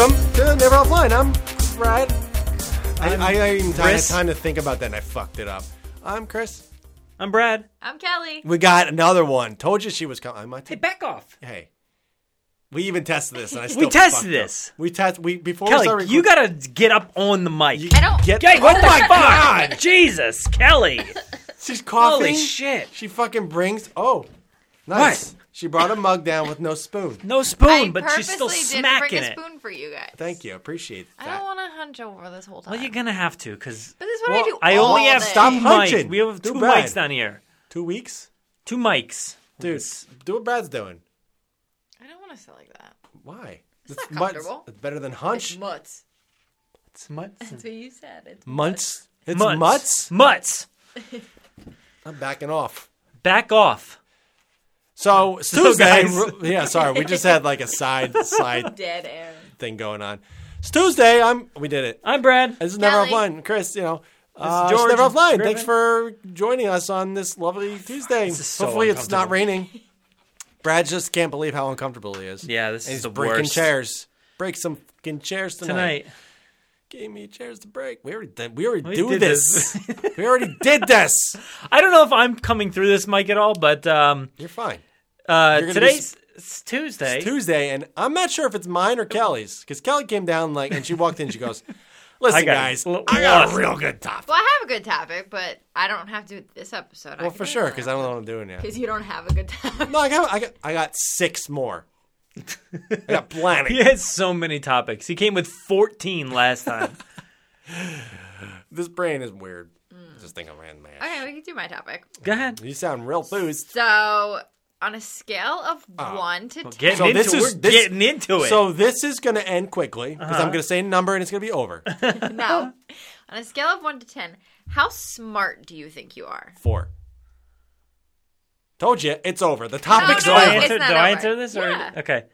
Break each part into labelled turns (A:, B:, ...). A: I'm never offline. I'm Brad. I, I, I even had
B: Chris.
A: time to think about that and I fucked it up. I'm Chris.
B: I'm Brad.
C: I'm Kelly.
A: We got another one. Told you she was coming. I might
B: Hey,
A: take.
B: back off.
A: Hey. We even tested this and I still
B: tested
A: fucked up.
B: this.
A: We test we before we
B: Kelly,
A: started
B: you gotta get up on the mic.
A: You
C: I don't-
A: get
B: Hey, what
A: oh
B: the
A: my
B: fuck?
A: god.
B: Jesus, Kelly.
A: She's coughing.
B: Holy shit.
A: She fucking brings Oh. Nice. She brought a mug down with no spoon.
B: No
C: I
B: spoon, but she's still
C: purposely
B: smacking
C: didn't bring
B: it.
C: a spoon for you guys.
A: Thank you. Appreciate
C: I
A: that.
C: don't want to hunch over this whole time.
B: Well, you're gonna have to, because
C: But this is what I do
B: I
C: all
B: only have
C: day.
A: Stop
B: two
A: hunching.
B: mics. We have
A: Do
B: two
A: Brad.
B: mics down here.
A: Two weeks?
B: Two mics.
A: Dude, do what Brad's doing.
C: I don't want to sit like that.
A: Why?
C: It's not
A: mutts.
C: comfortable.
A: It's better than
C: It's
A: hunch.
C: mutts.
B: It's mutts.
C: That's what you said. It's
A: Munts. It's
B: Mutts.
A: mutts.
B: Mutts.
A: I'm backing off.
B: Back off.
A: So,
B: So,
A: Tuesday.
B: guys-
A: yeah, sorry. We just had like a side side
C: dead air.
A: thing going on. It's Tuesday. I'm. We did it.
B: I'm Brad.
A: This is never
C: Kelly.
A: offline, Chris. You know. Uh, it's
B: George
A: never offline.
B: Griffin.
A: Thanks for joining us on this lovely Tuesday.
B: This is so
A: Hopefully, it's not
B: uncomfortable.
A: raining. Brad just can't believe how uncomfortable he is.
B: Yeah, this
A: And
B: is
A: he's
B: the
A: breaking
B: worst.
A: chairs. Break some fucking chairs
B: Tonight.
A: Gave me chairs to break. We already did, we already
B: We
A: do
B: did
A: this.
B: this.
A: we already did this.
B: I don't know if I'm coming through this mic at all, but um,
A: You're fine. You're
B: uh,
A: gonna be
B: today's it's Tuesday.
A: It's Tuesday, and I'm not sure if it's mine or Kelly's because Kelly came down like, and she walked in. She goes, "Listen,
B: I got
A: guys,
B: l-
A: I got a
B: lost."
A: real good topic."
C: Well, I have a good topic, but I don't have to do this episode.
A: Well, for sure, because I don't know what I'm doing yet.
C: Because you don't have a good topic.
A: No, I got, I got, I got six more. I got plenty.
B: He has so many topics. He came with 14 last time.
A: This brain is weird.
C: Mm.
A: Just think I'm random. man.
C: Okay, we can do my topic.
B: Go ahead.
A: You sound real booze.
C: So, on a scale of
A: Oh.
C: one to ten,
B: Getting
A: So
B: into
A: this
B: it.
A: is-
B: We're
A: this-
B: getting into it. Uh-huh.
A: So this is going to end quickly because I'm going to say a number and it's going to be over.
C: no, on a scale of one to ten, how smart do you think you are?
A: Four. Told you, it's over. The topic's
B: do
C: No,
B: I
C: it's
A: over.
B: answer, do
C: not
B: I
C: over.
B: answer this? Or,
C: Yeah.
B: Okay.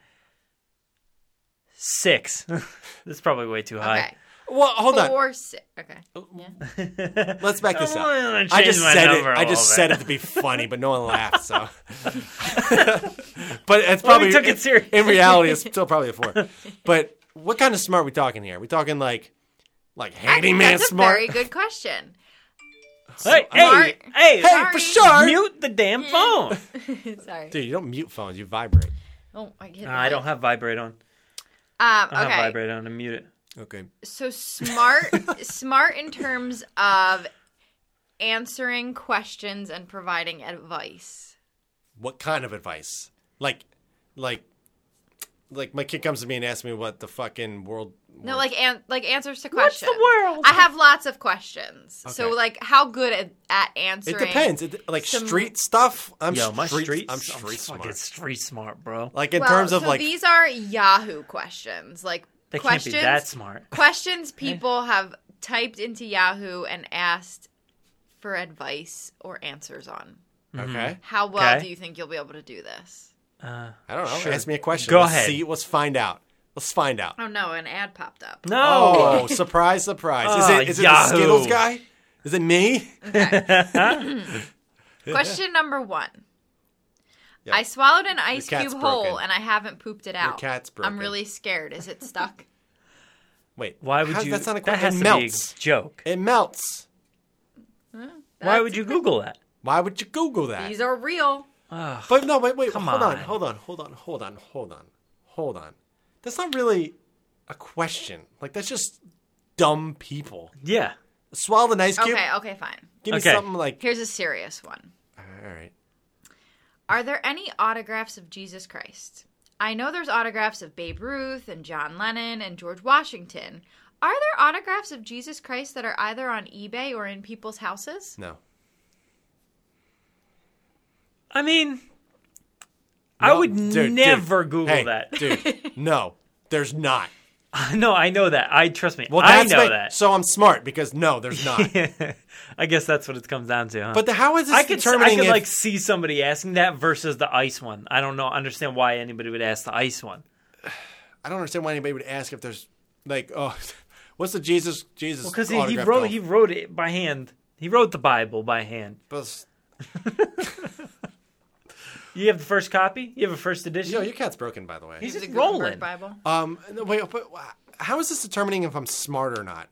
B: Six. this is probably way too high.
C: Okay,
A: Well, hold on.
C: four, six. Okay, yeah.
A: Let's back this up.
B: I'm gonna change
A: I just
B: my
A: said it.
B: number a
A: I just
B: little
A: said
B: bit.
A: it to be funny, but no one laughed. So, but it's
B: Well, we
A: probably
B: took it serious.
A: In reality, it's still probably a four. But what kind of smart we talking here? we talking like like
C: I think
A: handyman
C: that's
A: smart?
C: a very good question.
B: Hey, hey,
C: Smart.
A: hey,
B: hey,
A: for
C: Sorry.
A: sure.
B: mute the damn phone.
C: Sorry.
A: Dude, you don't mute phones. You vibrate.
C: Oh, I get.
B: No, Uh, I don't have vibrate on.
C: Um,
B: I don't
C: okay.
B: have vibrate on. I mute it.
A: Okay.
C: So smart, smart in terms of answering questions and providing advice.
A: What kind of advice? Like, like, like my kid comes to me and asks me what the fucking world.
C: No, like an- like answers to questions.
B: world?
C: I have lots of questions. So
A: Okay.
C: like, how good at, at answering?
A: It depends. It, like
C: Some-
A: street stuff. I'm
B: Yo, my
A: street.
B: street,
A: I'm street smart.
B: Fucking street smart, bro.
A: Like in
C: Well,
A: terms of
C: so
A: like
C: these are Yahoo questions. Like
B: They can't
C: questions.
B: be that Eh. smart.
C: questions people have typed into Yahoo and asked for advice or answers on.
A: okay.
C: How well
B: Okay.
C: do you think you'll be able to do this?
B: Uh,
A: I don't know.
B: Sure.
A: Ask me a question.
B: Go
A: Let's
B: ahead.
A: See, let's find out. Let's find out.
C: Oh no, an ad popped up.
B: no.
A: Oh, surprise, surprise! Is
B: Ah,
A: it is it the
B: Yahoo.
A: Skittles guy? Is it me?
C: Question number one.
A: Yep.
C: I swallowed an ice
A: cat's
C: cube whole
A: broken.
C: and I haven't pooped it out.
A: cat's broken.
C: I'm really scared. Is it stuck?
A: Wait,
B: Why would
A: how-
B: you?
A: That's not a
B: that
A: question.
B: has
A: it
B: to
A: melts.
B: be a joke.
A: It melts.
B: Why would you Google that?
A: Why would you Google that?
C: These are real.
A: but no, wait, wait.
B: Come
A: hold on.
B: on.
A: hold on, hold on, hold on, hold on, hold on. That's not really a question. Like that's just dumb people.
B: Yeah.
A: Swallow the ice cube.
C: Okay, okay, fine.
A: Give me
B: Okay.
A: something like.
C: Here's a serious one.
A: All right.
C: Are there any autographs of Jesus Christ? I know there's autographs of Babe Ruth and John Lennon and George Washington. Are there autographs of Jesus Christ that are either on eBay or in people's houses?
A: No.
B: I mean, I
A: No,
B: would
A: dude, dude.
B: never Google
A: Hey,
B: that.
A: dude. No, there's not.
B: no, I know that. I trust me.
A: Well,
B: I
A: that's
B: know
A: my-
B: that.
A: So I'm smart because no, there's not.
B: I guess that's what it comes down to, huh?
A: But the, how is this
B: I could, s- I
A: determining
B: could
A: if-
B: like see somebody asking that versus the ice one. I don't know, understand why anybody would ask the ice one.
A: I don't understand why anybody would ask if there's like oh, what's the Jesus Jesus?
B: Because he, he
A: autograph
B: wrote
A: called?
B: he wrote it by hand. He wrote the Bible by hand.
A: Bus-
B: You have the first copy. You have a first edition.
A: Yo, your cat's broken by the way.
B: He's
C: Is it
B: just
C: Gutenberg
B: rolling.
C: Bible.
A: Um, no, wait, but uh, how is this determining if I'm smart or not?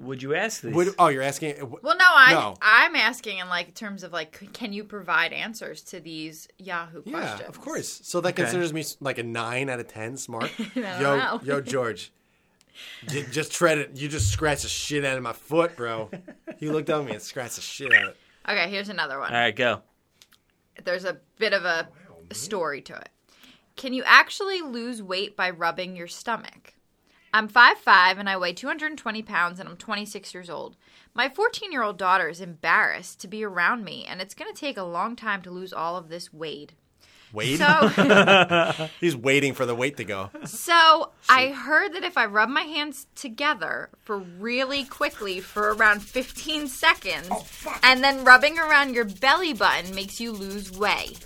B: Would you ask this?
A: Would, oh, you're asking.
C: Well, no, I
A: No.
C: I'm asking in like terms of like, c- can you provide answers to these Yahoo
A: Yeah,
C: questions?
A: of course. So that considers me s- like a nine out of ten smart. yo,
C: know.
A: yo, George, you just tread it. You just scratched the shit out of my foot, bro. He looked up at me and scratched the shit out of it.
C: Okay, here's another one.
B: All right, go.
C: There's a bit of a story to it. Can you actually lose weight by rubbing your stomach? I'm 5'5 and I weigh 220 pounds and I'm 26 years old. My 14 year old daughter is embarrassed to be around me and it's going to take a long time to lose all of this weight.
A: Wait,
C: So.
A: he's waiting for the weight to go.
C: So I heard that if I rub my hands together for really quickly for around 15 seconds,
B: Oh,
C: and then rubbing around your belly button makes you lose weight.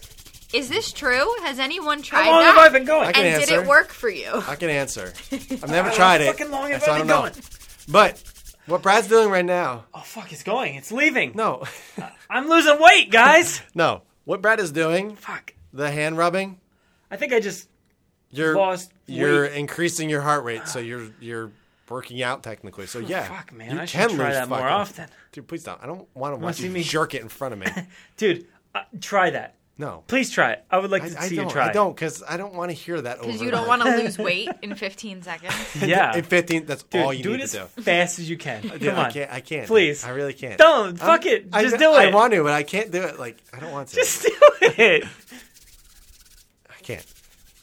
C: Is this true? Has anyone tried
B: How long have I
C: that?
B: been going?
A: I can
C: and did
A: answer.
C: it work for you?
A: I can answer. I've never tried it.
B: fucking long have
A: so
B: I been
A: don't know.
B: going?
A: But what Brad's doing right now?
B: Oh fuck, it's going. It's leaving.
A: No,
B: I'm losing weight, guys.
A: no. What Brad is doing?
B: fuck.
A: The hand rubbing.
B: I think I just
A: You're
B: Lost
A: you're increasing your heart rate, so you're you're working out technically. So yeah,
B: Oh, fuck, man.
A: you
B: I should try
A: lose
B: that more
A: fucking-
B: often.
A: Dude, please stop. I don't want to watch
B: see
A: you
B: me-
A: jerk it in front of me.
B: dude, uh, try that.
A: No,
B: Please try it. I would like
A: I,
B: to
A: I
B: see you
A: don't.
B: try.
A: I don't because I don't want to hear that.
C: Because
A: over
C: you don't
A: and
C: want to lose weight in 15 seconds.
B: it. Yeah.
A: In fifteen, that's
B: Dude,
A: all you
B: do
A: need
B: it as
A: to do.
B: fast as you can. Come
A: Dude,
B: on.
A: I can't. I can't.
B: Please.
A: I really can't.
B: Don't. Fuck it.
A: I
B: Just
A: know-
B: do it.
A: I want to, but I can't do it. Like I don't want to.
B: Just do it.
A: I can't.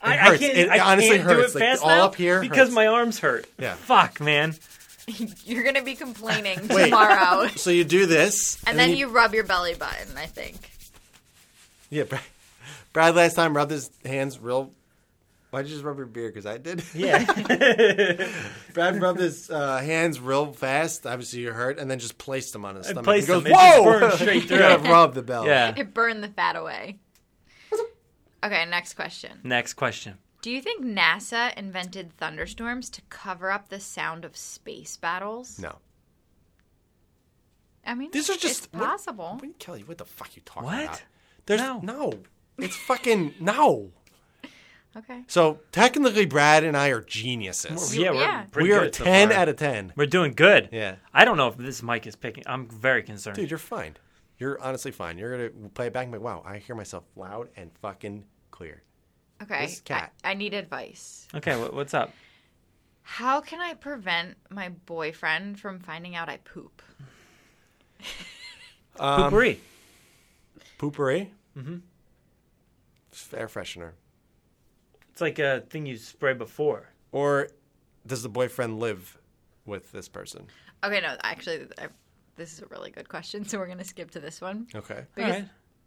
B: I, I
A: hurts.
B: can't.
A: It
B: I
A: honestly
B: can't
A: hurts.
B: Do
A: Like,
B: it fast
A: all
B: now
A: up here
B: because
A: hurts.
B: my arms hurt.
A: Yeah.
B: Fuck, man.
C: You're going to be complaining
A: Wait.
C: tomorrow.
A: So you do this,
C: And then you rub your belly button, I think.
A: Yeah, Brad, Brad last time rubbed his hands real. Why'd you just rub your beard? Because I did.
B: Yeah.
A: Brad rubbed his uh, hands real fast. Obviously, you hurt, and then just placed them on his stomach.
B: placed
A: he goes,
B: them. It just
A: "Whoa!"
B: burned straight
A: you gotta
B: through.
A: rub the bell.
B: yeah.
C: It burned the fat away. Okay, next question.
B: Next question.
C: Do you think NASA invented thunderstorms to cover up the sound of space battles?
A: No.
C: I mean,
A: These are
C: it's
A: just- what-
C: possible.
A: What, Kelly, what the fuck you talking
B: What?
A: about? There's
B: No.
A: It's fucking no.
C: Okay.
A: So technically, Brad and I are geniuses.
B: yeah, we're
C: yeah.
B: pretty
A: we are
B: good so
A: ten
B: far.
A: out of ten.
B: We're doing good.
A: Yeah.
B: I don't know if this mic is picking. I'm very concerned.
A: Dude, you're fine. You're honestly fine. You're gonna play it back and be like, wow, I hear myself loud and fucking clear.
C: Okay.
A: This cat.
C: I, I need advice.
B: Okay, what, what's up?
C: How can I prevent my boyfriend from finding out I poop?
A: Um,
B: Poopery.
A: Poopery. Mm-hmm. Air freshener.
B: It's like a thing you spray before.
A: Or does the boyfriend live with this person?
C: Okay, no, actually, I, this is a really good question, so we're going to skip to this one.
A: Okay.
B: All
C: Because-
B: right.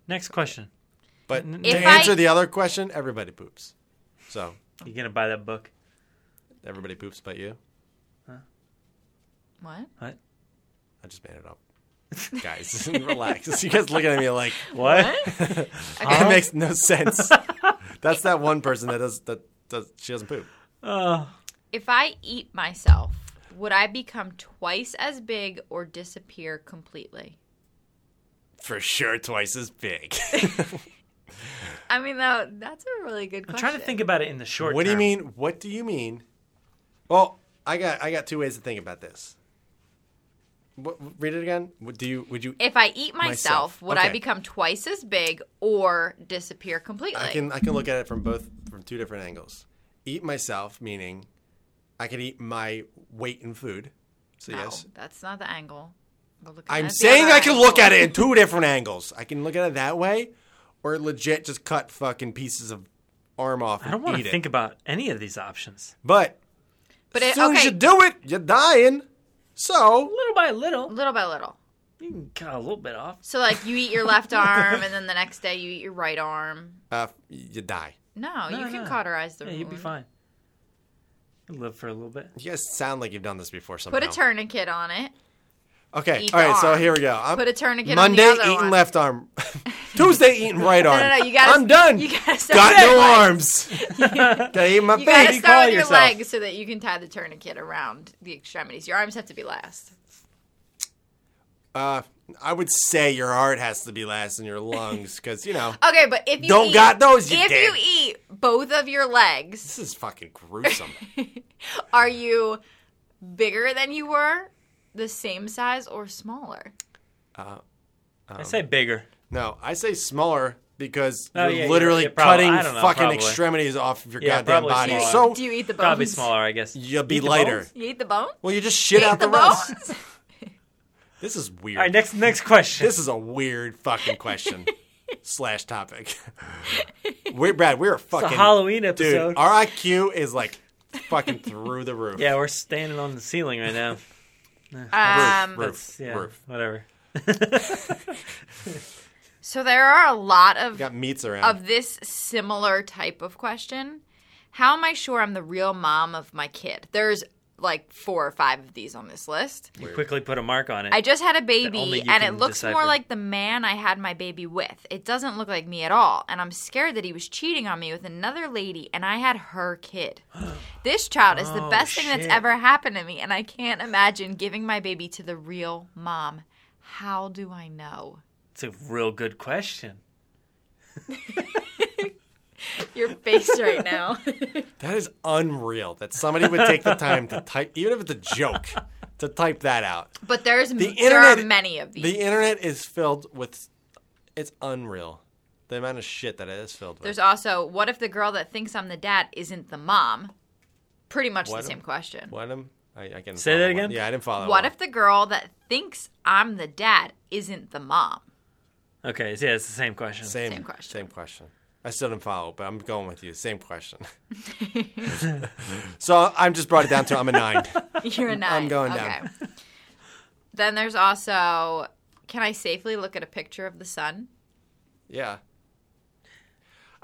B: Next question.
A: But to
C: If I-
A: answer the other question, everybody poops. So
B: You gonna buy that book?
A: everybody poops but you.
C: What?
B: What?
A: I just made it up. guys, relax. You guys looking at me like
B: What?
A: that makes no sense. That's that one person that does that does she doesn't poop.
B: Oh,
C: If I eat myself, would I become twice as big or disappear completely?
A: For sure twice as big.
C: I mean, though, that's a really good
B: I'm
C: question.
B: trying to think about it in the short.
A: What do you
B: term.
A: mean? What do you mean? Well, I got I got two ways to think about this. What, read it again. Would do you? Would you?
C: If I eat myself,
A: Myself.
C: would I
A: Okay.
C: become twice as big or disappear completely?
A: I can I can look at it from both from two different angles. Eat myself, meaning I could eat my weight in food. So
C: No,
A: yes,
C: that's not the angle. We're looking
A: I'm
C: at the
A: saying
C: other
A: I can
C: angle.
A: look at it in two different angles. I can look at it that way, or legit just cut fucking pieces of arm off and
B: I don't want
A: eat
B: to think
A: it.
B: about any of these options.
A: But
C: But
A: as
C: it,
A: soon
C: okay,
A: as you do it, you're dying. So
B: Little by little,
C: little by little.
B: you can cut a little bit off.
C: So like you eat your left arm, and then the next day you eat your right arm.
A: uh, you die.
C: No,
B: No,
C: you can
B: no.
C: cauterize the
B: Yeah,
C: wound.
B: you'd be fine. You'd live for a little bit.
A: You guys sound like you've done this before somehow.
C: Put a tourniquet on it.
A: Okay,
C: each
A: all right. So
C: arm.
A: here we go. I'm
C: Put a tourniquet
A: Monday
C: on the other
A: eating
C: one.
A: left arm, Tuesday eating right arm.
C: No, no, no. You gotta.
A: I'm done.
C: You gotta start
A: Got
C: with
A: no
C: your legs.
A: arms. Gotta eat my
C: You gotta
A: face.
B: call
C: start with your
B: yourself.
C: legs so that you can tie the tourniquet around the extremities. Your arms have to be last.
A: Uh, I would say your heart has to be last in your lungs because you know.
C: Okay, but if you
A: Don't
C: eat,
A: got those, you
C: if
A: dick.
C: you eat both of your legs?
A: This is fucking gruesome.
C: Are you bigger than you were, the same size, or smaller?
A: Um,
B: I say bigger.
A: no, I say smaller because
B: Oh,
A: you're
B: yeah,
A: literally
B: yeah, yeah, probably.
A: cutting
B: I don't know,
A: fucking
B: probably.
A: extremities off of your
B: Yeah,
A: goddamn
B: probably
A: body.
B: smaller.
A: So
C: Do you eat the bones?
B: Probably smaller, I guess.
A: you'll
B: Eat
A: be
B: the
A: lighter.
B: bones?
C: You eat the bones?
A: Well, you just shit
C: Eat
A: out the,
C: the
A: rest.
C: bones?
A: This is weird.
B: All right, next next question.
A: This is a weird fucking question slash topic. We're Brad. We're a fucking
B: Halloween
A: dude.
B: episode.
A: Our IQ is like fucking through the roof.
B: yeah, we're standing on the ceiling right now.
C: Um,
A: Roof.
B: That's yeah,
A: Roof.
B: whatever.
C: So there are a lot of
A: got meats around.
C: of this similar type of question. How am I sure I'm the real mom of my kid? There's like four or five of these on this list.
B: You quickly put a mark on it.
C: I just had a
B: only
C: baby
B: you
C: and it
B: can
C: looks
B: decipher.
C: more like the man I had my baby with. It doesn't look like me at all. And I'm scared that he was cheating on me with another lady and I had her kid. this child is the
B: Oh,
C: best thing
B: shit.
C: that's ever happened to me and I can't imagine giving my baby to the real mom. How do I know?
B: it's a real good question.
C: Your face right now.
A: That is unreal. That somebody would take the time to type, even if it's a joke, to type that out.
C: But there's the there are
A: internet-
C: many of these.
A: The internet is filled with. It's unreal. The amount of shit that it is filled with.
C: There's also what if the girl that thinks I'm the dad isn't the mom? Pretty much
A: What
C: the same
A: if-
C: question. What,
A: what am I, I can
B: Say that again?
A: Yeah, I didn't follow. that one.
C: if the girl that thinks I'm the dad isn't the mom?
B: Okay, so yeah, it's the same question.
A: Same,
C: Same question.
A: Same question. I still didn't follow, but I'm going with you. Same question. so I'm just brought it down to I'm a nine.
C: You're a 9
A: going
C: okay.
A: down.
C: then there's also can I safely look at a picture of the sun?
A: Yeah.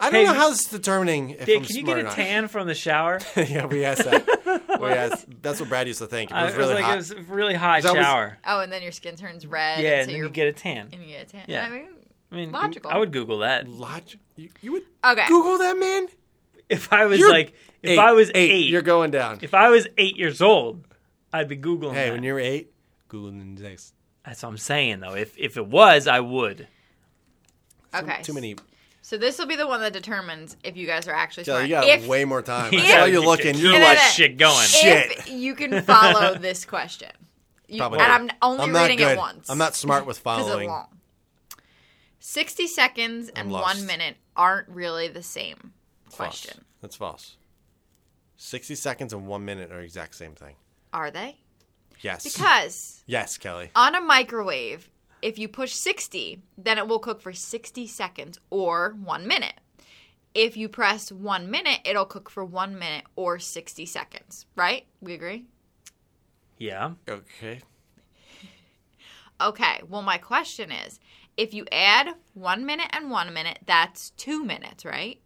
A: I don't
B: Hey,
A: know how this is determining if
B: Dude,
A: I'm
B: can you
A: smart
B: get a
A: or not.
B: tan from the shower?
A: yeah, we asked that. we asked, that's what Brad used to think. It
B: I-
A: was really
B: like
A: hot.
B: it was a really hot
A: 'Cause I was-
B: shower.
C: Oh, and then your skin turns red.
B: yeah,
C: and
B: and
C: so
B: then
C: you're,
B: you get a tan.
C: and you get a tan.
B: Yeah.
C: I mean,
B: I mean,
C: Logical.
B: I would Google that
A: Lodge- you, you would
C: Okay.
A: Google that, man?
B: if I was
A: You're
B: like if
A: Eight.
B: I was 8
A: You're going down.
B: if I was eight years old, I'd be googling.
A: hey,
B: that.
A: when you're eight, Google the next.
B: That's what I'm saying though. If if it was, I would.
C: okay.
A: Too many.
C: So this will be the one that determines if you guys are actually
A: Joe,
C: smart.
A: you got
C: if,
A: way more time. I
B: Yeah,
A: saw
B: you
A: you
B: did.
A: looking. You're
B: No,
C: no,
A: like,
B: That
C: no.
B: shit going.
C: if you can follow this question. You, and
A: Probably
C: I'm
A: not.
C: only
A: I'm not
C: reading
A: good.
C: it once.
A: I'm not smart with
C: because it's
A: following.
C: long. 60 seconds and
A: lost.
C: one minute aren't really the same
A: False.
C: question.
A: That's false. 60 seconds and one minute are exact same thing.
C: Are they?
A: Yes.
C: Because
A: yes, Kelly.
C: on a microwave, if you push 60, then it will cook for 60 seconds or one minute. If you press one minute, it'll cook for one minute or 60 seconds, right? We agree?
B: Yeah.
A: Okay.
C: Okay, well, my question is if you add one minute and one minute, that's two minutes, right?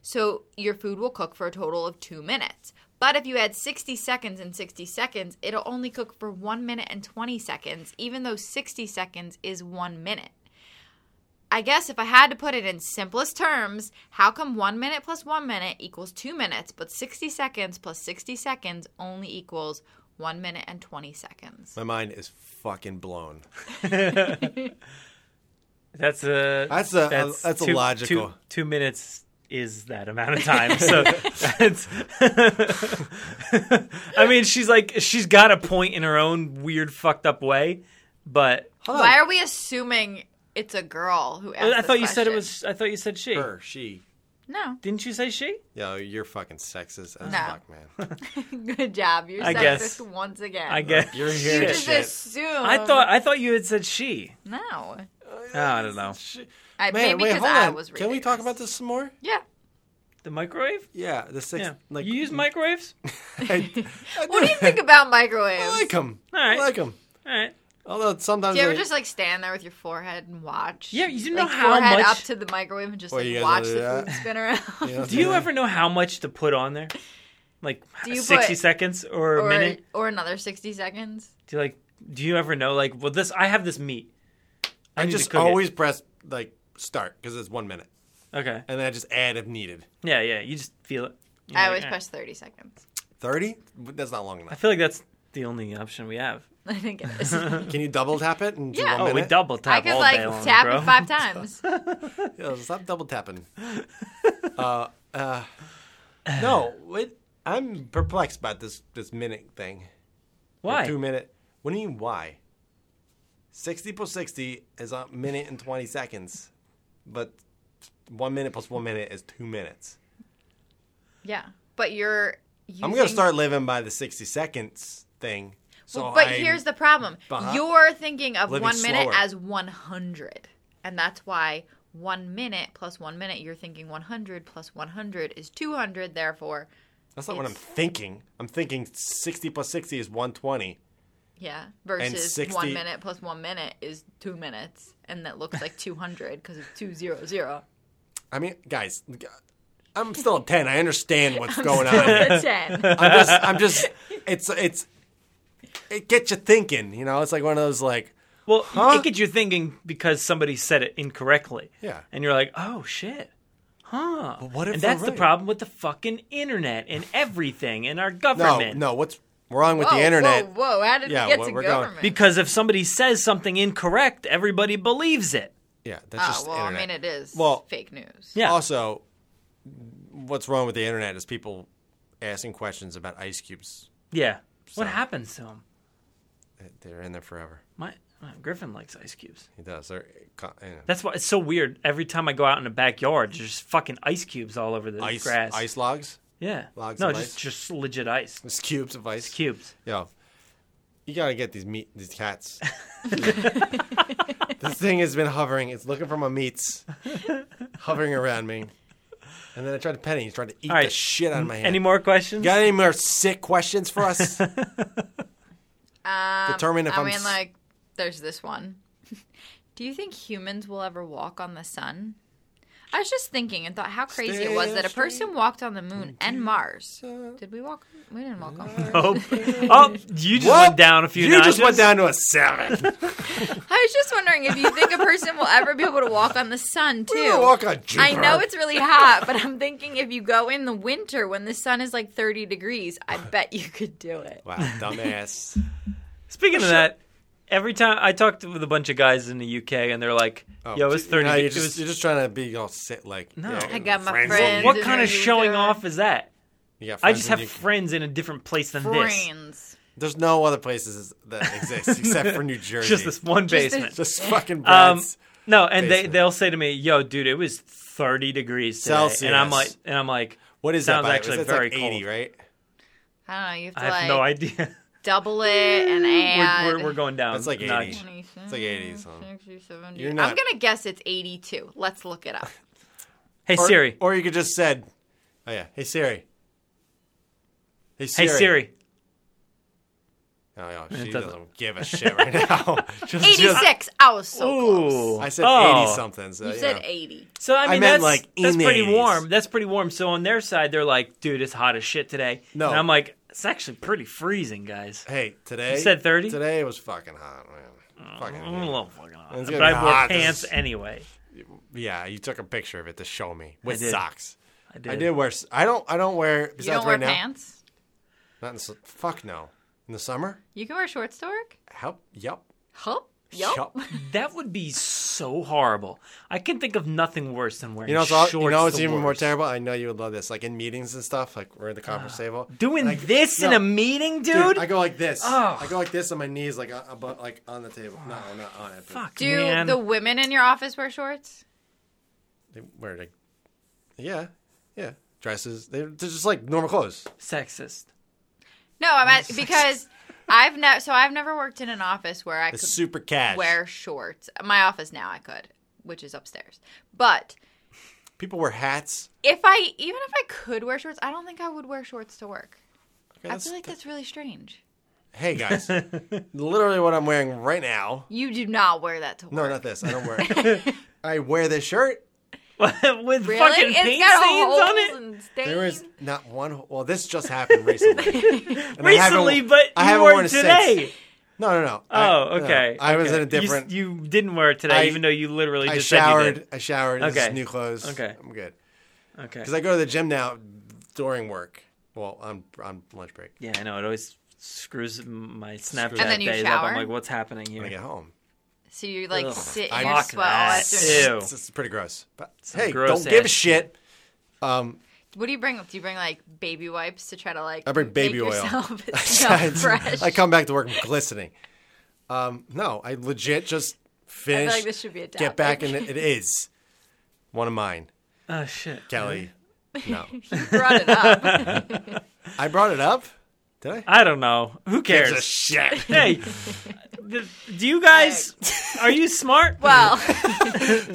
C: So your food will cook for a total of two minutes. But if you add 60 seconds and 60 seconds, it'll only cook for one minute and 20 seconds, even though 60 seconds is one minute. I guess if I had to put it in simplest terms, how come one minute plus one minute equals two minutes, but 60 seconds plus 60 seconds only equals one minute and 20 seconds?
A: My mind is fucking blown.
B: That's a
A: That's a- that's a
B: two-
A: logical.
B: Two, two minutes is that amount of time. So that's I mean, she's like she's got a point in her own weird fucked up way, but
A: Hold on.
C: Why are we assuming it's a girl who asked
B: I
C: this
B: thought you said it
C: question?
B: was I thought you said she.
A: her, she.
C: No.
B: Didn't you say she?
A: Yo, you're fucking sexist as
C: No.
A: fuck, man.
C: Good job. You're
B: I
C: sexist
B: guess.
C: once again.
B: I guess
A: You're
C: You
A: here.
C: just um,
A: shit.
C: assume.
B: I thought I thought you had said she.
C: No.
B: Oh, I don't know.
A: Shit.
C: I,
A: Man,
C: maybe
A: wait,
C: because
A: hold
C: I
A: on.
C: was reading
A: Can we talk
C: this.
A: about this some more?
C: Yeah.
B: The microwave?
A: Yeah, the six.
B: Yeah.
A: Like,
B: you use microwaves?
A: I, I
C: What do you think about microwaves?
A: I like them.
B: All
A: I
B: right.
A: like them.
B: All right.
A: Although sometimes.
C: do you ever
A: I-
C: just like stand there with your forehead and watch?
B: Yeah, you didn't
C: like,
B: know how
C: forehead
B: much-
C: up to the microwave and just
A: Well, you
C: like,
A: guys
C: watch
A: wanna do
C: the food
A: that?
C: spin around.
A: you know,
B: Do you ever know how much to put on there? Like
C: Do you
B: 60
C: put-
B: seconds or a
C: or,
B: minute?
C: or another 60 seconds.
B: Do you like do you ever know like well this I have this meat.
A: I
B: need to
A: just
B: cook it.
A: always press like start because it's one minute,
B: Okay.
A: and then I just add if needed.
B: Yeah, yeah, you just feel it. You're
C: I
B: like,
C: always
B: "Eh."
C: press 30 seconds.
A: Thirty? That's not long
B: I
A: enough.
B: feel like that's the only option we have.
C: I think it is.
A: Can you double tap it and do
C: Yeah.
A: one
B: Oh,
A: minute?
B: we double
C: I
B: tap
C: could
B: all
C: like
B: day long,
C: tap
B: bro.
C: it five times.
A: Yo, stop double tapping. uh, Uh, no, it, I'm perplexed about this this minute thing. or
B: Why?
A: Two minute. What do you mean why? Sixty plus sixty is a minute and twenty seconds, but one minute plus one minute is two minutes.
C: Yeah, but you're. Using,
A: I'm gonna start living by the sixty seconds thing. So,
C: Well, but
A: I'm-
C: here's the problem:
A: behi-
C: you're thinking of
A: living
C: one minute
A: slower.
C: as 100, and that's why one minute plus one minute, you're thinking 100 plus 100 is 200. Therefore,
A: that's not what I'm
C: it's-
A: thinking. I'm thinking sixty plus sixty is one twenty.
C: yeah, versus
A: 60
C: one minute plus one minute is two minutes, and that looks like 200 because it's two zero zero.
A: I mean, guys, I'm still a ten. I understand what's going
C: Still
A: on. here.
C: the 10.
A: I'm just, I'm just, it's, it's, it gets you thinking, you know. It's like one of those, like,
B: Well,
A: Huh?
B: it gets you thinking because somebody said it incorrectly.
A: Yeah.
B: And you're like, oh shit. Huh. But
A: what if
B: and
A: they're
B: that's the
A: right?
B: problem with the fucking internet and everything and our
A: no,
B: government.
A: no, what's wrong with
C: Whoa,
A: the internet?
C: Whoa, whoa! How did
A: Yeah,
C: we get
A: well,
C: to
A: we're going-
C: government?
B: Because if somebody says something incorrect, everybody believes it.
A: Yeah, that's
C: Ah,
A: just
C: well,
A: internet.
C: I mean, it is
A: Well-
C: fake news.
B: Yeah.
A: Also, what's wrong with the internet is people asking questions about ice cubes.
B: Yeah. What happens to him?
A: They're in there forever.
B: My, uh, Griffin likes ice cubes.
A: He does. They're uh, co- you know,
B: That's why it's so weird. Every time I go out in the backyard, there's just fucking ice cubes all over the
A: ice,
B: grass.
A: ice logs,
B: Yeah.
A: Logs
B: no,
A: of ice?
B: just just legit ice.
A: It's cubes of ice.
B: Cubes.
A: Yo, you gotta get these meat, these cats. this thing has been hovering. It's looking for my meats, hovering around me. And then I tried to pet it. and He's trying to eat
B: All right.
A: the shit out of my hand.
B: Any more questions?
A: Got any more sick questions for us?
C: Um,
A: Determine if
C: I
A: I'm
C: mean,
A: s-
C: like, there's this one. Do you think humans will ever walk on the sun? I was just thinking and thought how crazy it was that a person walked on the moon and Mars. Did we walk? We didn't walk on Mars.
B: Nope. oh, you just
A: What?
B: went down a few
A: you
B: notches.
A: just went down to a seven.
C: I was just wondering if you think a person will ever be able to walk on the sun too.
A: We were walking on
C: I
A: Jupiter.
C: know it's really hot, but I'm thinking if you go in the winter when the sun is like 30 degrees, I bet you could do it.
A: wow, dumbass.
B: Speaking of that, every time I talked with a bunch of guys in the UK, and they're like,
A: Oh,
B: "Yo, it's thirty.
A: No, you're,
B: it
A: just,
B: was-
A: you're just trying to be all sit like. No,
C: I got my friends.
B: what kind of
C: Friends in
B: showing
C: the UK.
B: off is that?
A: You got
B: I
A: friends and
B: just have
A: you-
B: friends in a different place than this.
C: Brains.
A: There's no other places that exist except for New Jersey.
B: Just this one
C: Just
B: basement.
A: Just fucking
B: um,
A: Brad's.
B: no, and they
A: basement.
B: they'll say to me, "Yo, dude, it was thirty degrees today," and I'm like,
A: Celsius.
B: and I'm like,
A: What is
B: sounds
A: that? by-
B: actually
A: it's
B: very
A: like 80,
B: cold.
A: right?
C: I don't know. You have to
B: I have
C: like
B: no idea.
C: double it and add.
B: we're, we're, we're going down.
A: That's like 80.
B: notch.
A: It's like 80 something.
C: 60, 70.
A: You're
C: I'm
A: not-
C: gonna guess it's 82. Let's look it up.
B: Hey
A: Or-
B: Siri.
A: Or you could just said, "Oh yeah, hey Siri." Hey
B: hey
A: Siri.
B: Siri.
A: Oh, yeah, she
B: doesn't-
A: doesn't... give a shit right now. Just-
C: 86. I was so close.
B: Ooh.
A: I said
B: Oh.
A: eighty something. So,
C: You
A: you
C: said
A: know.
C: 80.
B: So I
A: meant,
B: mean, that's
A: like, in
B: that's
A: the
B: pretty
A: 80s.
B: warm. That's pretty warm. So on their side, they're like, "Dude, it's hot as shit today."
A: No.
B: and I'm like, "It's actually pretty freezing, guys."
A: Hey, today
B: You said Mm. 30?
A: Today it was fucking hot, man. Fucking
B: I'm a little fucking hot,
A: It's
B: but
A: gonna be
B: I wore
A: hot.
B: pants
A: This is-
B: anyway.
A: yeah. You took a picture of it to show me with
B: did.
A: socks.
B: I did.
A: I did wear. s- I don't. I don't wear. Besides
C: You don't wear
A: right now,
C: pants?
A: Not in, s- fuck no. In the summer,
C: You can wear shorts to work?
A: help. Yep.
C: Hup. Yup.
A: Yup.
B: That would be so horrible. I can think of nothing worse than wearing
A: You know, it's all,
B: shorts.
A: you know, it's
B: the
A: even more
B: worst.
A: terrible. I know you would love this. Like in meetings and stuff, like we're at the conference table,
B: Doing
A: Like,
B: this in
A: no.
B: a meeting, dude.
A: I go like this.
B: Oh.
A: I go like this on my knees, like uh, above, like on the table. No, not on it. but
B: Fuck,
C: Do
B: man.
C: the women in your office wear shorts?
A: They wear like, yeah, yeah, dresses. They, they're just like normal clothes.
B: Sexist.
C: No, I'm at, because I've never so I've never worked in an office where I could
A: It's super cash.
C: wear shorts. My office now I could, which is upstairs. But
A: people wear hats.
C: if I even if I could wear shorts, I don't think I would wear shorts to work.
A: Okay,
C: I
A: that's-
C: feel like that's really strange.
A: Hey guys, literally what I'm wearing right now.
C: You do not wear that to work.
A: No, not this. I don't wear. it. I wear this shirt.
B: With
C: Really?
B: fucking
C: It's
B: paint
C: got
B: stains
C: holes
B: on it.
C: and
A: There is
C: stains.
A: not one. Well, this just happened recently. And I haven't-
B: Recently, but
A: I
B: you
A: haven't
B: wore
A: worn
B: it
A: it since.
B: today.
A: No, no, no. I-
B: Oh,
A: no,
B: okay.
A: I was
B: okay.
A: in a different.
B: You, you didn't wear it today,
A: I-
B: even though you literally
A: I
B: just Said you
A: showered.
B: did.
A: I showered. This
B: Okay.
A: is new clothes.
B: Okay.
A: I'm good.
B: Okay.
A: Because I go to the gym now during work. Well, on on lunch break
B: yeah, I know. It always screws m- my Snapchat
A: And
C: then you
B: days up.
C: shower?
B: I'm like, what's happening
A: when I
B: here?
A: get home.
C: So you like
B: Ugh,
C: sit
A: I
C: in your
A: fuck
C: sweat all
B: that.
C: afternoon.
B: Ew.
A: It's, it's pretty gross. But hey,
B: gross
A: don't give a
B: ass
A: shit. Um,
C: What do you bring? Do you bring like baby wipes to try to like?
A: I bring baby
C: make
A: oil.
C: Yourself smell fresh.
A: I come back to work glistening. Um, no, I legit just
C: I
A: finish.
C: feel like this should be a topic.
A: get back, and it, it is one of mine,
B: Oh shit.
A: Kelly. No,
C: You brought it up.
A: I brought it up. Did I?
B: I don't know. Who
A: Gives a
B: cares?
A: shit.
B: Hey, th- do you guys? Are you smart?
C: Well,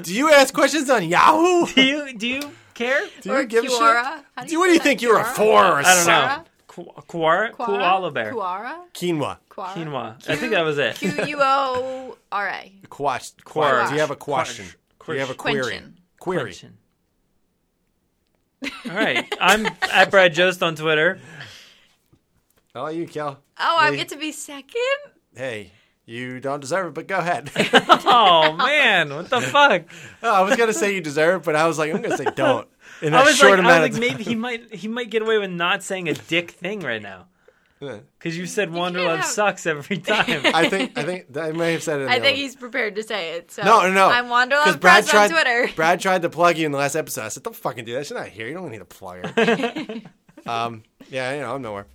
A: Do you ask questions on Yahoo?
B: do you do you care?
A: Do
C: or
A: you give a shit?
C: Kiora. How
A: Do you, what do you think? You're a four
C: four?
A: or a
B: I don't know.
A: seven?
B: Qu- Koala, koala bear,
C: Kuara.
A: Quinoa.
C: Kuara.
B: quinoa. I think that was it.
C: Q U O R A.
A: Quash.
B: Quash.
A: Do you have a question?
B: Quash.
A: Do you have a query?
C: Quenching.
A: Query.
B: Question. All right, I'm at Brad Jost on Twitter.
A: Oh, you, Kel.
C: Oh, I
A: Really?
C: get to be second.
A: Hey, you don't deserve it, but go ahead.
B: Oh man, what the fuck?
A: Oh, I was gonna say you deserve it, but I was like, I'm gonna say don't. In that
B: I was
A: short
B: like,
A: amount
B: I was
A: of
B: like, maybe he might he might get away with not saying a dick thing right now
A: time.
B: because you said
C: can't
B: Wanderlove
C: have-
B: sucks every time.
A: I think I think I may have said it. in
C: I
A: the
C: think
A: other-
C: he's prepared to say it. So
A: no, no, no.
C: I'm Wanderlust
A: Brad
C: Press
A: tried,
C: on Twitter.
A: Brad tried to plug you in the last episode. I said, don't fucking do that. She's not here. You don't need to plug her. um, yeah, you know, I'm nowhere.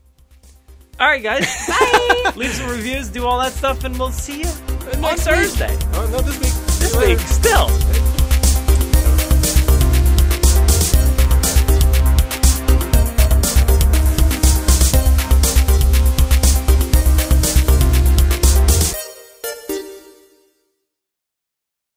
B: All right, guys. Bye. Leave some reviews, do all that stuff, and we'll see you on
A: Next week.
B: Thursday.
A: Oh, no, this week.
B: This
A: Later.
B: week, still.